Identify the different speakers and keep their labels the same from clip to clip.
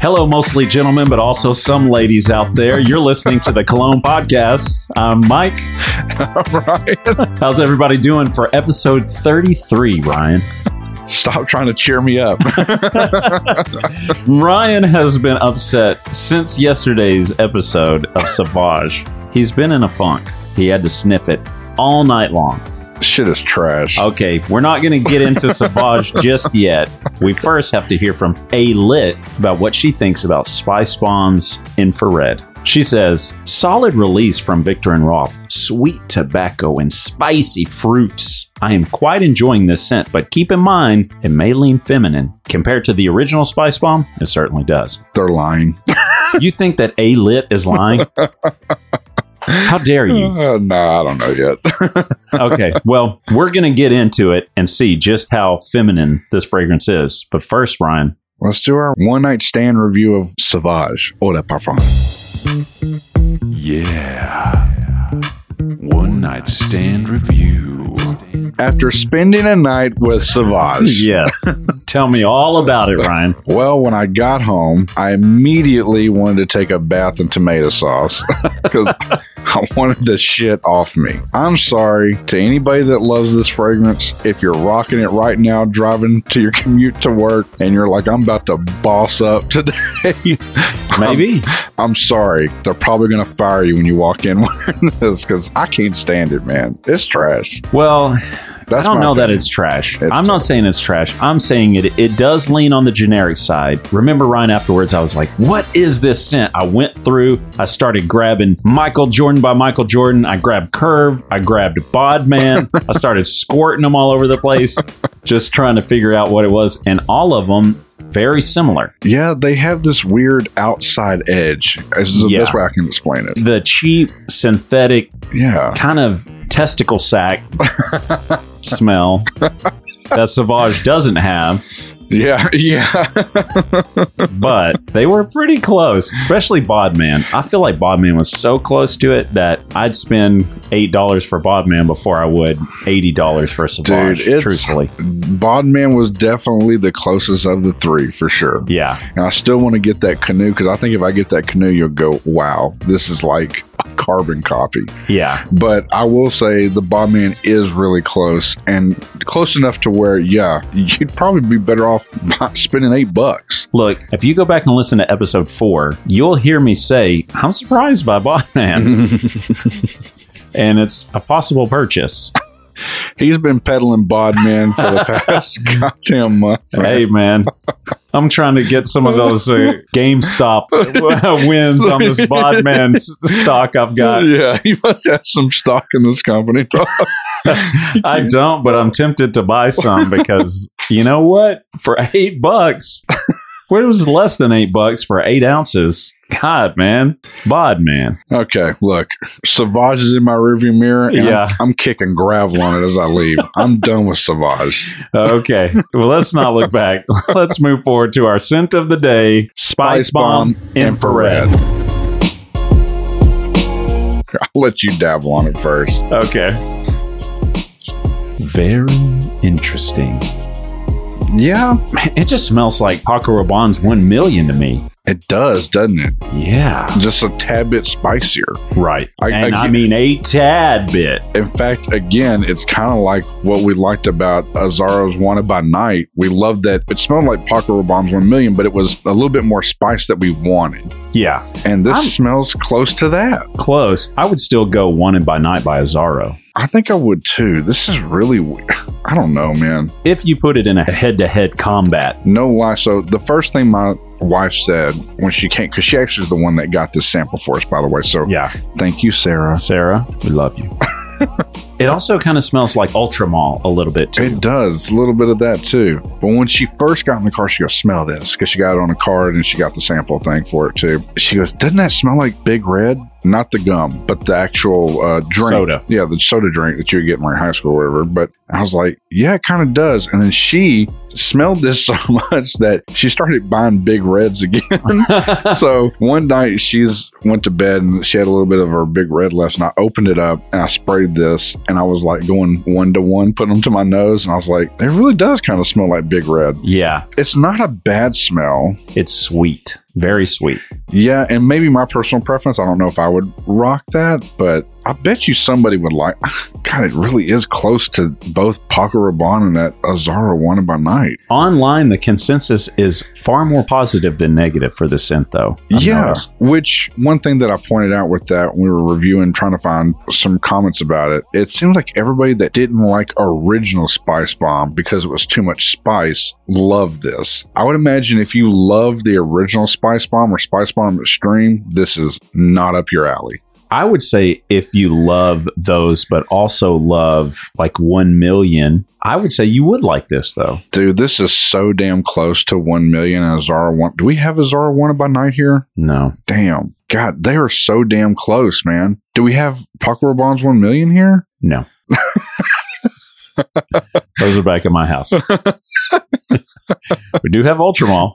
Speaker 1: Hello, mostly gentlemen, but also some ladies out there. You're listening to the Cologne Podcast. I'm Mike.
Speaker 2: right.
Speaker 1: How's everybody doing for episode 33, Ryan?
Speaker 2: Stop trying to cheer me up.
Speaker 1: Ryan has been upset since yesterday's episode of Savage. He's been in a funk. He had to sniff it all night long.
Speaker 2: Shit is trash.
Speaker 1: Okay, we're not going to get into Savage just yet. We first have to hear from A Lit about what she thinks about Spice Bomb's infrared. She says, solid release from Victor and Roth. Sweet tobacco and spicy fruits. I am quite enjoying this scent, but keep in mind, it may lean feminine. Compared to the original Spice Bomb, it certainly does.
Speaker 2: They're lying.
Speaker 1: You think that A Lit is lying? How dare you?
Speaker 2: Uh, nah, I don't know yet.
Speaker 1: okay. Well, we're going to get into it and see just how feminine this fragrance is. But first, Ryan,
Speaker 2: Let's do our one night stand review of Sauvage Eau de Parfum.
Speaker 3: Yeah. One night stand review.
Speaker 2: After spending a night with Sauvage.
Speaker 1: yes, tell me all about it, Ryan.
Speaker 2: Well, when I got home, I immediately wanted to take a bath in tomato sauce because I wanted the shit off me. I'm sorry to anybody that loves this fragrance. If you're rocking it right now, driving to your commute to work, and you're like, I'm about to boss up today,
Speaker 1: Maybe.
Speaker 2: I'm sorry. They're probably going to fire you when you walk in wearing this because I can't stand it, man. It's trash.
Speaker 1: Well, I
Speaker 2: That's
Speaker 1: don't
Speaker 2: my
Speaker 1: know that
Speaker 2: opinion.
Speaker 1: it's trash.
Speaker 2: It's
Speaker 1: I'm not saying it's trash. I'm saying it it does lean on the generic side. Remember Ryan afterwards I was like, "What is this scent?" I went through, I started grabbing Michael Jordan by Michael Jordan, I grabbed Curve, I grabbed Bodman, I started squirting them all over the place just trying to figure out what it was and all of them very similar.
Speaker 2: Yeah, they have this weird outside edge. This is the
Speaker 1: Yeah.
Speaker 2: best way I can explain it.
Speaker 1: The cheap synthetic
Speaker 2: Yeah.
Speaker 1: kind of testicle sack smell that Sauvage doesn't have.
Speaker 2: Yeah. Yeah.
Speaker 1: but they were pretty close, especially Bodman. I feel like Bodman was so close to it that I'd spend eight dollars for Bodman before I would eighty dollars for Savage.
Speaker 2: Dude, it's-
Speaker 1: truthfully,
Speaker 2: Bodman was definitely the closest of the three for sure.
Speaker 1: yeah,
Speaker 2: And I still want to get that canoe because I think if I get that canoe, you'll go, wow, this is like a carbon copy.
Speaker 1: yeah,
Speaker 2: But I will say the Bodman is really close and close enough to where, yeah, you'd probably be better off by spending eight bucks.
Speaker 1: Look, if you go back and listen to episode four, you'll hear me say, I'm surprised by Botman. and it's a possible purchase.
Speaker 2: He's been peddling Bodman for the past goddamn month.
Speaker 1: hey, man, I'm trying to get some of those uh, GameStop wins on this Bodman s- stock I've got.
Speaker 2: Yeah, he must have some stock in this company.
Speaker 1: I don't, but I'm tempted to buy some because you know what? For eight bucks, where it was less than eight bucks for eight ounces. God, man, bod man.
Speaker 2: okay, look, Savage is in my rearview mirror. And
Speaker 1: Yeah.
Speaker 2: I'm, I'm kicking gravel on it as I leave. I'm done with Savage.
Speaker 1: Okay, well, let's not look back. Let's move forward to our scent of the day: Spice, Bomb, infrared.
Speaker 2: I'll let you dabble on it first.
Speaker 1: Okay. Very interesting.
Speaker 2: Yeah,
Speaker 1: Man, it just smells like Paco Rabanne's One Million to me.
Speaker 2: it does, doesn't it?
Speaker 1: Yeah,
Speaker 2: Just a tad bit spicier.
Speaker 1: right.
Speaker 2: I-
Speaker 1: and
Speaker 2: I-
Speaker 1: I mean a tad bit.
Speaker 2: In fact, again, it's kind of like what we liked about Azaro's Wanted by Night. We loved that it smelled like Paco Rabanne's One Million, but it was a little bit more spice that we wanted.
Speaker 1: Yeah.
Speaker 2: And this
Speaker 1: I'm-
Speaker 2: smells close to that.
Speaker 1: close. I would still go Wanted by Night by Azaro.
Speaker 2: I think I would too. This is really, we- I don't know, man.
Speaker 1: If you put it in a head to head combat,
Speaker 2: No lie. So the first thing my wife said when she came, because she actually is the one that got this sample for us, by the way. So
Speaker 1: yeah,
Speaker 2: thank you, Sarah.
Speaker 1: Sarah, we love you. it also kind of smells like Ultramall a little bit too.
Speaker 2: It does a little bit of that too. But when she first got in the car, she goes, "Smell this," because she got it on a card and she got the sample thing for it too. She goes, "Doesn't that smell like Big Red? Not the gum, but the actual uh, drink,
Speaker 1: Soda.
Speaker 2: Yeah, the soda drink that you would get in like high school or whatever." But I was like, "Yeah, it kind of does." And then she smelled this so much that she started buying big reds again. so one night she's went to bed and she had a little bit of her big red left, and I opened it up and I sprayed this, and I was like going one to one, putting them to my nose, and I was like, it really does kind of smell like big red.
Speaker 1: yeah,
Speaker 2: It's not a bad smell.
Speaker 1: it's sweet, very sweet.
Speaker 2: Yeah, and maybe my personal preference. I don't know if I would rock that, but I bet you somebody would like. God, it really is close to both Paco Rabanne and that Azara Wanted by Night.
Speaker 1: Online, the consensus is far more positive than negative for the scent, though. I've
Speaker 2: yeah,
Speaker 1: noticed.
Speaker 2: which one thing that I pointed out with that when we were reviewing, trying to find some comments about it, it seemed like everybody that didn't like original Spice Bomb because it was too much spice loved this. I would imagine if you love the original Spice Bomb or Spice Bomb Extreme, this is not up your alley.
Speaker 1: I would say if you love those, but also love like 1 million, I would say you would like this, though.
Speaker 2: Dude, this is so damn close to 1 million and Azara one. Do we have Azara wanted by night here?
Speaker 1: No.
Speaker 2: Damn. God, they are so damn close, man. Do we have Paco Bonds 1 million here?
Speaker 1: No. Those are back at my house. we do have Ultramall.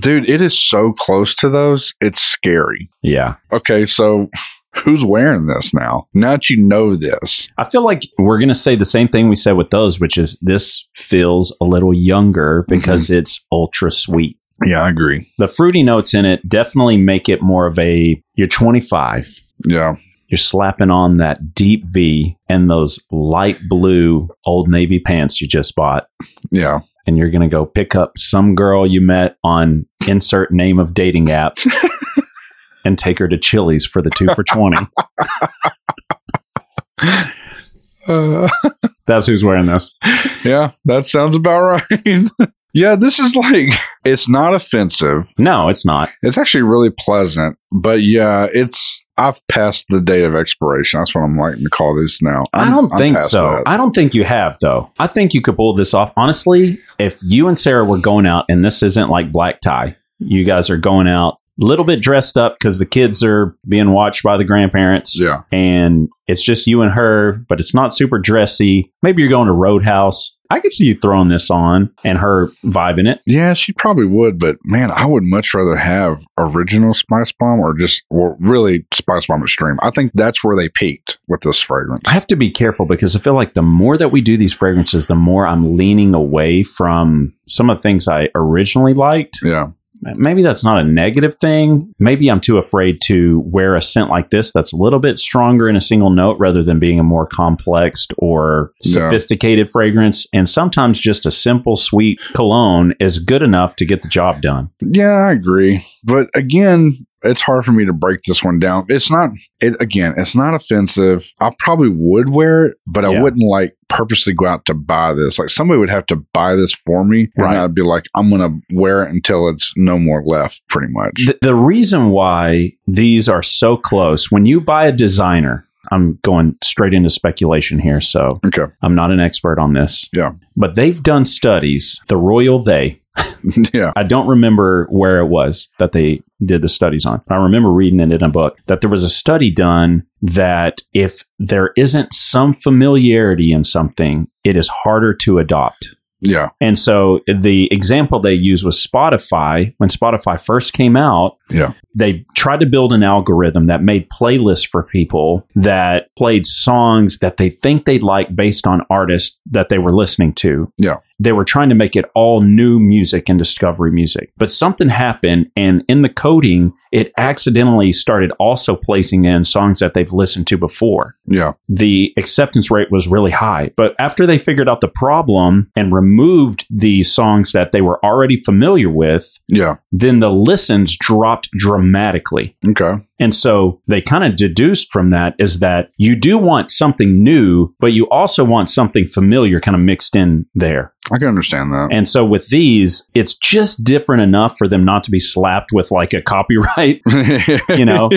Speaker 2: Dude, it is so close to those. It's scary.
Speaker 1: Yeah.
Speaker 2: Okay, so who's wearing this now? Now that you know this.
Speaker 1: I feel like we're going to say the same thing we said with those, which is this feels a little younger because it's ultra sweet.
Speaker 2: Yeah, I agree.
Speaker 1: The fruity notes in it definitely make it more of a you're 25.
Speaker 2: Yeah.
Speaker 1: You're slapping on that deep V and those light blue old navy pants you just bought.
Speaker 2: Yeah.
Speaker 1: And you're going to go pick up some girl you met on insert name of dating app and take her to Chili's for the two for 20. That's who's wearing this.
Speaker 2: yeah, that sounds about right. yeah, this is like, it's not offensive.
Speaker 1: No, it's not.
Speaker 2: It's actually really pleasant, but yeah, it's. I've passed the date of expiration. That's what I'm liking to call this now.
Speaker 1: I'm, I
Speaker 2: I'm-
Speaker 1: do not
Speaker 2: I'm
Speaker 1: think
Speaker 2: past
Speaker 1: so.
Speaker 2: that.
Speaker 1: I don't think you have, though. I think you could pull this off. Honestly, if you and Sarah were going out and this isn't like black tie, you guys are going out a little bit dressed up because the kids are being watched by the grandparents.
Speaker 2: yeah,
Speaker 1: and it's just you and her, but it's not super dressy. Maybe you're going to Roadhouse. I could see you throwing this on and her vibing it.
Speaker 2: yeah, she probably would, but man, I would much rather have original Spice Bomb or just, well, really Spice Bomb Extreme. I think that's where they peaked with this fragrance.
Speaker 1: I have to be careful because I feel like the more that we do these fragrances, the more I'm leaning away from some of the things I originally liked.
Speaker 2: Yeah,
Speaker 1: Maybe that's not a negative thing. Maybe I'm too afraid to wear a scent like this that's a little bit stronger in a single note rather than being a more complex or
Speaker 2: Yeah.
Speaker 1: sophisticated fragrance. And sometimes just a simple, sweet cologne is good enough to get the job done.
Speaker 2: yeah, I agree. But again, it's hard for me to break this one down. It's not. It again, it's not offensive. I probably would wear it, but I
Speaker 1: Yeah.
Speaker 2: wouldn't like purposely go out to buy this. Like somebody would have to buy this for me, and
Speaker 1: Right.
Speaker 2: I'd be like, I'm gonna wear it until it's no more left, pretty much.
Speaker 1: The, the reason why these are so close, when you buy a designer, I'm going straight into speculation here, so
Speaker 2: okay,
Speaker 1: I'm not an expert on this.
Speaker 2: Yeah.
Speaker 1: But they've done studies, the royal they.
Speaker 2: yeah,
Speaker 1: I don't remember where it was that they did the studies on. I remember reading it in a book that there was a study done that if there isn't some familiarity in something, it is harder to adopt.
Speaker 2: yeah,
Speaker 1: And so the example they used was Spotify. When Spotify first came out,
Speaker 2: Yeah.
Speaker 1: they tried to build an algorithm that made playlists for people that played songs that they think they'd like based on artists that they were listening to.
Speaker 2: Yeah.
Speaker 1: They were trying to make it all new music and discovery music. But something happened, and in the coding, it accidentally started also placing in songs that they've listened to before
Speaker 2: yeah,
Speaker 1: the acceptance rate was really high. But after they figured out the problem and removed the songs that they were already familiar with,
Speaker 2: yeah.
Speaker 1: then the listens dropped dramatically.
Speaker 2: Okay.
Speaker 1: And so they kind of deduced from that is that you do want something new, but you also want something familiar kind of mixed in there.
Speaker 2: I can understand that.
Speaker 1: And so with these, it's just different enough for them not to be slapped with like a copyright you know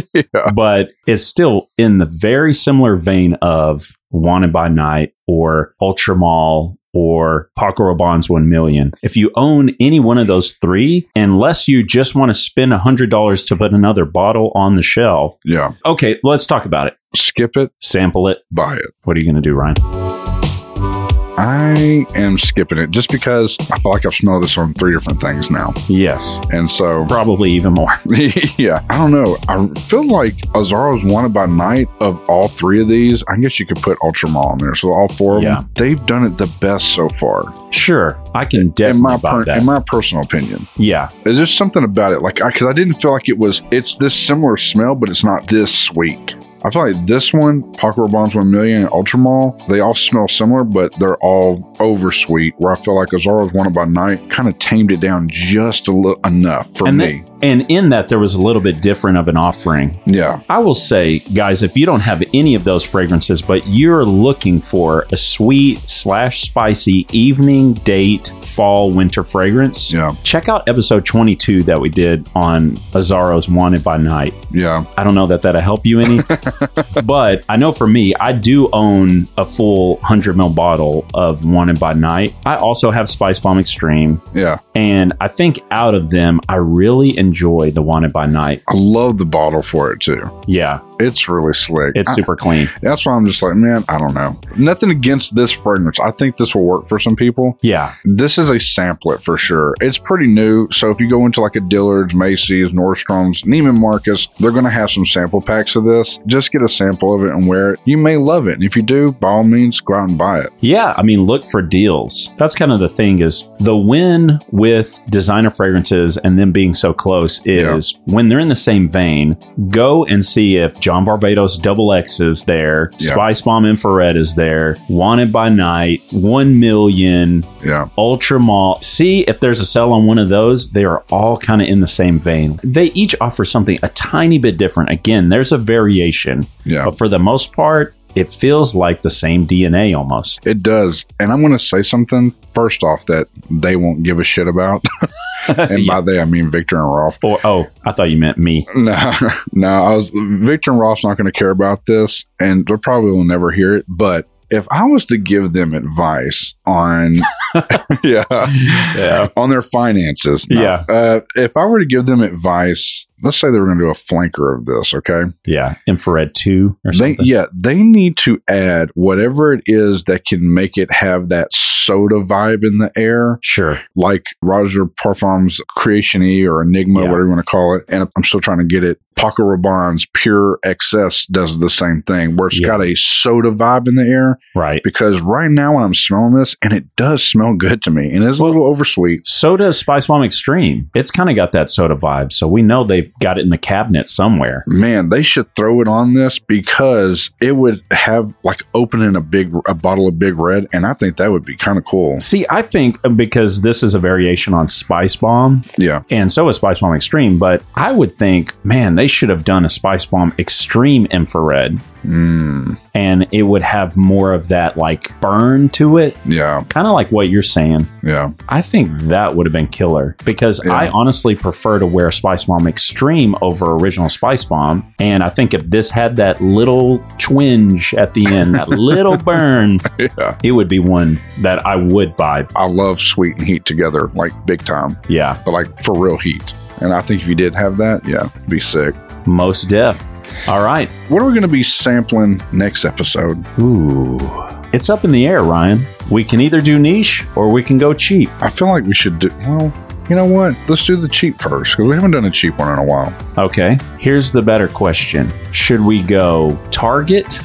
Speaker 1: but it's still in the very similar vein of wanted by night or ultramall or Paco Rabanne's 1 million. If you own any one of those three, unless you just want to spend $100 to put another bottle on the shelf,
Speaker 2: yeah.
Speaker 1: okay, let's talk about it.
Speaker 2: Skip it,
Speaker 1: Sample it.
Speaker 2: buy it.
Speaker 1: What are you going to do, Ryan?
Speaker 2: I am skipping it just because I feel like I've smelled this on three different things now.
Speaker 1: Yes,
Speaker 2: And so,
Speaker 1: probably even more.
Speaker 2: yeah, I don't know. I feel like Azaro's Wanted by Night of all three of these. I guess you could put Ultramall in there. So, all four of
Speaker 1: Yeah.
Speaker 2: them, they've done it the best so far.
Speaker 1: Sure, I can
Speaker 2: in my
Speaker 1: definitely buy
Speaker 2: per-
Speaker 1: that.
Speaker 2: in my personal opinion.
Speaker 1: yeah,
Speaker 2: There's just something about it, like because I, didn't feel like it was. It's this similar smell, but it's not this sweet. I feel like this one, Pocket Bombs One Million, and Ultramall, they all smell similar, but they're all oversweet. Where I feel like Azara's Wanted by Night kind of tamed it down just a little enough for
Speaker 1: and
Speaker 2: me.
Speaker 1: that- and in that there was a little bit different of an offering.
Speaker 2: yeah,
Speaker 1: I will say, guys, if you don't have any of those fragrances, but you're looking for a sweet slash spicy evening date fall winter fragrance,
Speaker 2: Yeah.
Speaker 1: check out episode 22 that we did on Azaro's Wanted by Night.
Speaker 2: yeah,
Speaker 1: I don't know that that'll help you any, but I know for me, I do own a full 100 ml bottle of Wanted by Night. I also have Spice Bomb Extreme.
Speaker 2: yeah.
Speaker 1: And I think out of them, I really enjoy the Wanted by Night.
Speaker 2: I love the bottle for it too.
Speaker 1: Yeah,
Speaker 2: It's really slick.
Speaker 1: it's
Speaker 2: I-
Speaker 1: super clean.
Speaker 2: that's why I'm just like, man, I don't know. Nothing against this fragrance. I think this will work for some people.
Speaker 1: Yeah,
Speaker 2: This is a samplet for sure. It's pretty new. So if you go into like a Dillard's, Macy's, Nordstrom's, Neiman Marcus, they're going to have some sample packs of this. Just get a sample of it and wear it. You may love it. And if you do, by all means, go out and buy it.
Speaker 1: Yeah, I mean, look for deals. That's kind of the thing is the win with designer fragrances and them being so close is when they're in the same vein, go and see if John Barbados Double X is there,
Speaker 2: Yeah.
Speaker 1: Spice Bomb Infrared is there, Wanted by Night, 1 Million,
Speaker 2: Yeah.
Speaker 1: Ultra Mall. See if there's a sell on one of those. They are all kind of in the same vein. They each offer something a tiny bit different. Again, there's a variation,
Speaker 2: Yeah.
Speaker 1: but for the most part, it feels like the same DNA almost.
Speaker 2: It does. And I'm going to say something first off that they won't give a shit about. and by they, I mean Victor and Rolf.
Speaker 1: Or oh, I thought you meant me.
Speaker 2: No, no, I was Victor and Ross not going to care about this, and they probably will never hear it. But if I was to give them advice on, yeah,
Speaker 1: Yeah.
Speaker 2: on their finances,
Speaker 1: Yeah.
Speaker 2: uh, if I were to give them advice, let's say they were going to do a flanker of this, okay?
Speaker 1: Yeah. Infrared two or
Speaker 2: They,
Speaker 1: something.
Speaker 2: yeah, they need to add whatever it is that can make it have that soda vibe in the air
Speaker 1: Sure.
Speaker 2: like Roger Parfum's Creation E or Enigma,
Speaker 1: Yeah.
Speaker 2: whatever you want to call it. And I'm still trying to get it. Paco Rabanne's Pure Excess does the same thing where it's
Speaker 1: Yeah.
Speaker 2: got a soda vibe in the air.
Speaker 1: Right.
Speaker 2: Because right now, when I'm smelling this, and it does smell good to me, and it's a little oversweet.
Speaker 1: Soda Spice Bomb Extreme. It's kind of got that soda vibe. So we know they've got it in the cabinet somewhere.
Speaker 2: Man, they should throw it on this because it would have like opening a big a bottle of Big Red, and I think that would be kind of cool.
Speaker 1: See, I think because this is a variation on Spice Bomb,
Speaker 2: Yeah,
Speaker 1: and so is Spice Bomb Extreme, but I would think, man, they should have done a Spice Bomb Extreme infrared
Speaker 2: mm,
Speaker 1: and it would have more of that like burn to it,
Speaker 2: yeah,
Speaker 1: kind of like what you're saying.
Speaker 2: yeah,
Speaker 1: I think that would have been killer because
Speaker 2: Yeah.
Speaker 1: I honestly prefer to wear Spice Bomb Extreme over original Spice Bomb. And I think if this had that little twinge at the end, that little burn,
Speaker 2: yeah.
Speaker 1: it would be one that I would buy.
Speaker 2: I love sweet and heat together, like big time.
Speaker 1: Yeah,
Speaker 2: but like for real heat. And I think if you did have that, yeah, it'd be sick.
Speaker 1: most def. All right.
Speaker 2: What are we going to be sampling next episode?
Speaker 1: Ooh. It's up in the air, Ryan. We can either do niche or we can go cheap.
Speaker 2: I feel like we should do, well, you know what? Let's do the cheap first because we haven't done a cheap one in a while.
Speaker 1: Okay. Here's the better question Should we go Target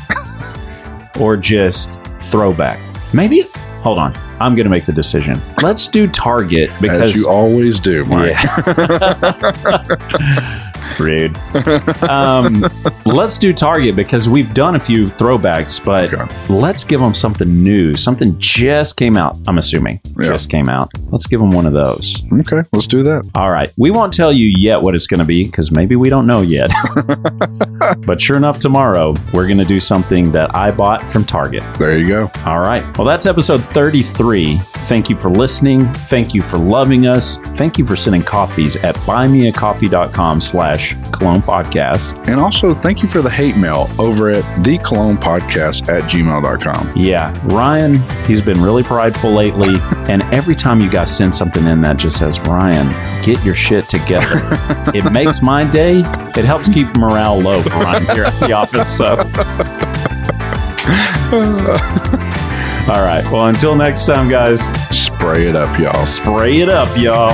Speaker 1: or just throwback? Maybe. Hold on. I'm going to make the decision. Let's do Target
Speaker 2: Because
Speaker 1: because.
Speaker 2: As you always do, Mike.
Speaker 1: Yeah. Rude. Um, let's do Target because we've done a few throwbacks, but
Speaker 2: Okay.
Speaker 1: let's give them something new. Something just came out, I'm assuming.
Speaker 2: Yeah.
Speaker 1: Just came out. Let's give them one of those.
Speaker 2: Okay, let's do that.
Speaker 1: All right. We won't tell you yet what it's going to be because maybe we don't know yet. but sure enough, tomorrow we're going to do something that I bought from Target.
Speaker 2: There you go.
Speaker 1: All right. Well, that's episode 33. Thank you for listening. Thank you for loving us. Thank you for sending coffees at buymeacoffee.com slash cologne podcast.
Speaker 2: And also, thank you for the hate mail over at theclonepodcast at gmail.com.
Speaker 1: Yeah. Ryan, he's been really prideful lately. and every time you guys send something in that just says, Ryan, get your shit together. it makes my day. It helps keep morale low for Ryan here at the office. So All right. Well, until next time, guys,
Speaker 2: Spray it up, y'all.
Speaker 1: spray it up, y'all.